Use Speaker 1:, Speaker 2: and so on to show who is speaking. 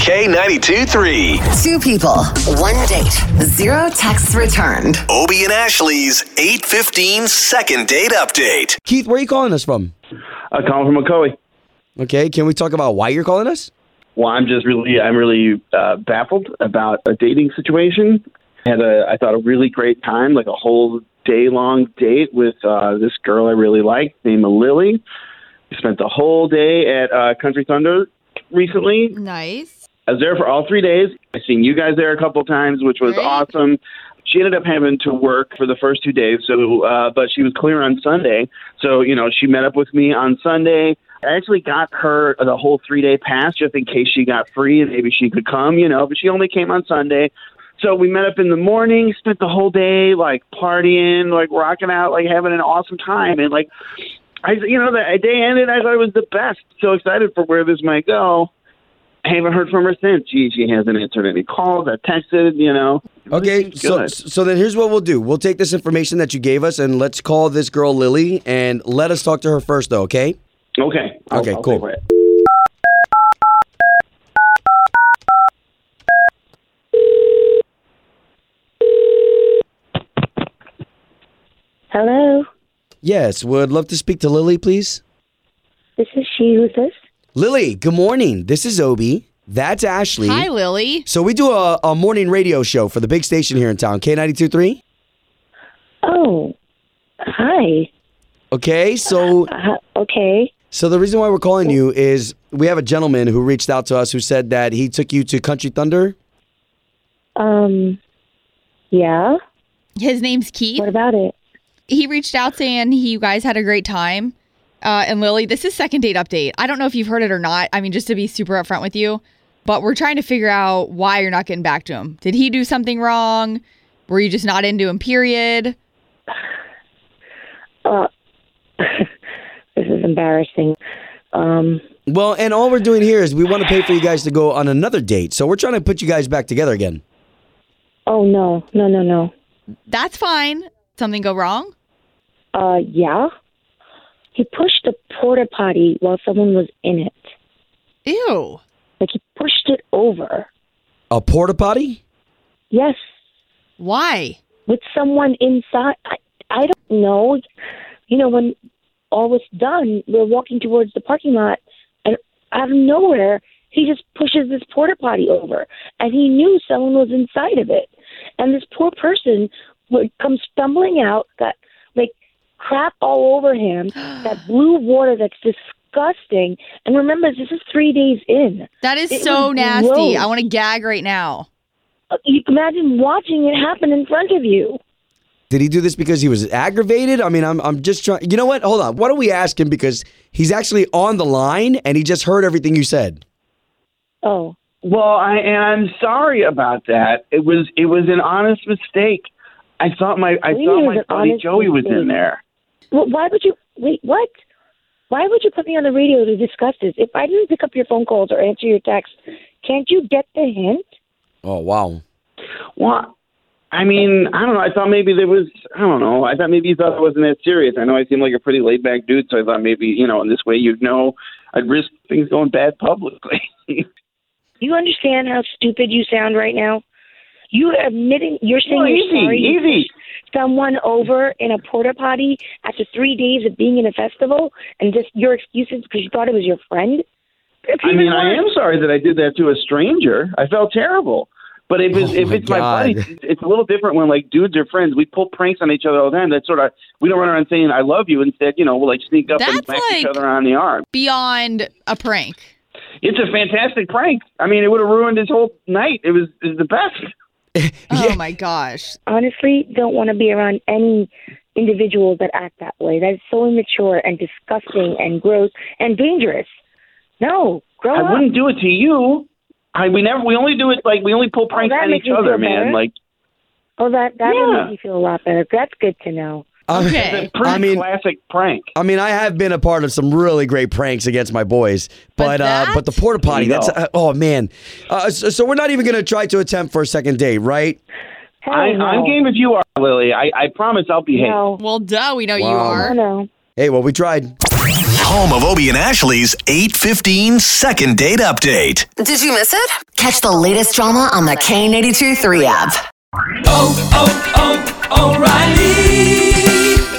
Speaker 1: K92 3.
Speaker 2: Two people, one date, zero texts returned.
Speaker 1: Obie and Ashley's 815 second date update.
Speaker 3: Keith, where are you calling us from?
Speaker 4: I call Uh, from McCoy.
Speaker 3: Okay, can we talk about why you're calling us?
Speaker 4: Well, I'm just really, I'm really uh, baffled about a dating situation. I had a, I thought a really great time, like a whole day long date with uh, this girl I really liked named Lily. We spent the whole day at uh, Country Thunder recently.
Speaker 5: Nice.
Speaker 4: I was there for all three days. I seen you guys there a couple times, which was
Speaker 5: Great.
Speaker 4: awesome. She ended up having to work for the first two days, so uh, but she was clear on Sunday. So you know, she met up with me on Sunday. I actually got her the whole three day pass just in case she got free and maybe she could come, you know. But she only came on Sunday. So we met up in the morning, spent the whole day like partying, like rocking out, like having an awesome time, and like I, you know, that day ended. I thought it was the best. So excited for where this might go. I haven't heard from her since. She she hasn't answered any calls. I texted, you know.
Speaker 3: Okay,
Speaker 4: Everything's
Speaker 3: so
Speaker 4: good.
Speaker 3: so then here's what we'll do. We'll take this information that you gave us and let's call this girl Lily and let us talk to her first though, okay?
Speaker 4: okay, I'll-
Speaker 3: Okay,
Speaker 4: I'll
Speaker 3: cool.
Speaker 4: take it.
Speaker 6: Hello,
Speaker 3: Yes, would love to speak to Lily, please.
Speaker 6: this is she. Who's this?
Speaker 3: Lily, good morning. This is Obi. That's Ashley.
Speaker 5: Hi, Lily.
Speaker 3: So we do a, a morning radio show for the big station here in town, K92.3.
Speaker 6: Oh, hi.
Speaker 3: Okay, so
Speaker 6: Uh, okay.
Speaker 3: so the reason why we're calling you is we have a gentleman who reached out to us who said that he took you to Country Thunder.
Speaker 6: Um, yeah.
Speaker 5: His name's Keith.
Speaker 6: What about it?
Speaker 5: He reached out saying he, you guys had a great time. Uh, and Lily, this is second date update. I don't know if you've heard it or not. I mean, just to be super upfront with you, but we're trying to figure out why you're not getting back to him. Did he do something wrong? Were you just not into him? Period.
Speaker 6: Uh, this is embarrassing. Um,
Speaker 3: Well, and all we're doing here is we want to pay for you guys to go on another date. So we're trying to put you guys back together again.
Speaker 6: oh no, no, no, no.
Speaker 5: That's fine. Something go wrong?
Speaker 6: Uh, yeah. He pushed a porta potty while someone was in it.
Speaker 5: Ew.
Speaker 6: Like he pushed it over.
Speaker 3: A porta potty?
Speaker 6: Yes,
Speaker 5: Why?
Speaker 6: with someone inside. I, I don't know. You know, when all was done, we're walking towards the parking lot, and out of nowhere, he just pushes this porta potty over, and he knew someone was inside of it, and this poor person would come stumbling out, got like crap all over him, that blue water that's disgusting. And remember, this is three days in.
Speaker 5: That is
Speaker 6: It
Speaker 5: so
Speaker 6: was
Speaker 5: nasty.
Speaker 6: gross.
Speaker 5: I want to gag right now.
Speaker 6: Uh, You imagine watching it happen in front of you.
Speaker 3: Did he do this because he was aggravated? I mean, I'm I'm just trying. You know what? Hold on. Why don't we ask him because he's actually on the line and he just heard everything you said.
Speaker 6: Oh.
Speaker 4: Well, I and I'm sorry about that. It was it was an honest mistake. I thought my I
Speaker 6: What do you
Speaker 4: thought
Speaker 6: mean it
Speaker 4: my
Speaker 6: was an
Speaker 4: buddy
Speaker 6: honest
Speaker 4: Joey was in
Speaker 6: mistake?
Speaker 4: there.
Speaker 6: Well, why would you wait? What? Why would you put me on the radio to discuss this? If I didn't pick up your phone calls or answer your texts, can't you get the hint?
Speaker 3: Oh wow.
Speaker 4: Well, I mean, I don't know. I thought maybe there was, I don't know. I thought maybe you thought it wasn't that serious. I know I seem like a pretty laid back dude, so I thought maybe, you know, in this way you'd know I'd risk things going bad publicly.
Speaker 6: You understand how stupid you sound right now? You are admitting you're saying
Speaker 4: Well,
Speaker 6: you're
Speaker 4: easy,
Speaker 6: sorry you
Speaker 4: easy.
Speaker 6: pushed someone over in a porta potty after three days of being in a festival, and just your excuses because you thought it was your friend. It's
Speaker 4: I
Speaker 6: even
Speaker 4: mean, I
Speaker 6: worse.
Speaker 4: am sorry that I did that to a stranger. I felt terrible. But if it's,
Speaker 3: Oh,
Speaker 4: if
Speaker 3: my
Speaker 4: it's my buddy,
Speaker 3: God.
Speaker 4: it's- it's a little different when like dudes are friends. We pull pranks on each other all the time. That's sort of we don't run around saying I love you. Instead, you know, we'll like sneak up and
Speaker 5: That's
Speaker 4: smack each
Speaker 5: like-
Speaker 4: other on the arm.
Speaker 5: Beyond a prank.
Speaker 4: It's a fantastic prank. I mean, it would have ruined his whole night. It was, it was the best.
Speaker 5: Oh
Speaker 3: Yeah.
Speaker 5: my gosh.
Speaker 6: honestly don't want to be around any individuals that act that way. That is so immature and disgusting and gross and dangerous. No, grow
Speaker 4: I
Speaker 6: up.
Speaker 4: wouldn't do it to you. I we never we only do it like we only pull pranks
Speaker 6: that
Speaker 4: on
Speaker 6: makes
Speaker 4: each
Speaker 6: you
Speaker 4: other,
Speaker 6: feel
Speaker 4: man.
Speaker 6: better.
Speaker 4: Like
Speaker 6: Oh, that that
Speaker 4: Yeah.
Speaker 6: will make me feel a lot better. That's good to know.
Speaker 3: I-
Speaker 5: Okay.
Speaker 4: pretty
Speaker 3: I mean,
Speaker 4: classic prank.
Speaker 3: I mean, I have been a part of some really great pranks against my boys, but
Speaker 5: But
Speaker 3: uh, but the
Speaker 5: that-
Speaker 3: porta potty.
Speaker 4: There you
Speaker 3: That's uh, oh man. Uh, so, so we're not even gonna try to attempt for a second date, right?
Speaker 6: Hell
Speaker 4: I,
Speaker 6: Oh, no.
Speaker 4: I'm game if you are, Lily. I, I promise I'll behave.
Speaker 6: No,
Speaker 5: Well, duh, we know you
Speaker 3: Wow.
Speaker 5: are.
Speaker 6: no, no.
Speaker 3: Hey, well, we tried.
Speaker 1: home of Obie and Ashley's 815 second date update.
Speaker 2: Did you miss it? Catch the latest drama on the K82 3 app.